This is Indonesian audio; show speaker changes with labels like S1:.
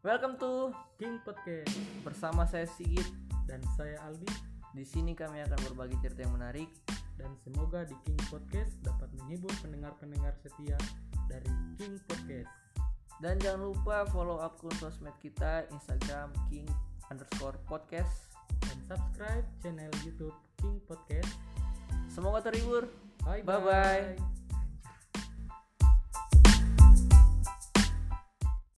S1: Welcome to
S2: King Podcast
S1: bersama saya Sigit.
S2: dan saya Albi
S1: Di sini kami akan berbagi cerita yang menarik.
S2: dan semoga di King Podcast dapat menghibur pendengar-pendengar setia dari King Podcast.
S1: Dan jangan lupa follow akun sosmed kita Instagram King underscore podcast.
S2: dan subscribe channel YouTube King Podcast.
S1: Semoga terhibur.
S2: Bye
S1: Bye-bye.
S2: bye.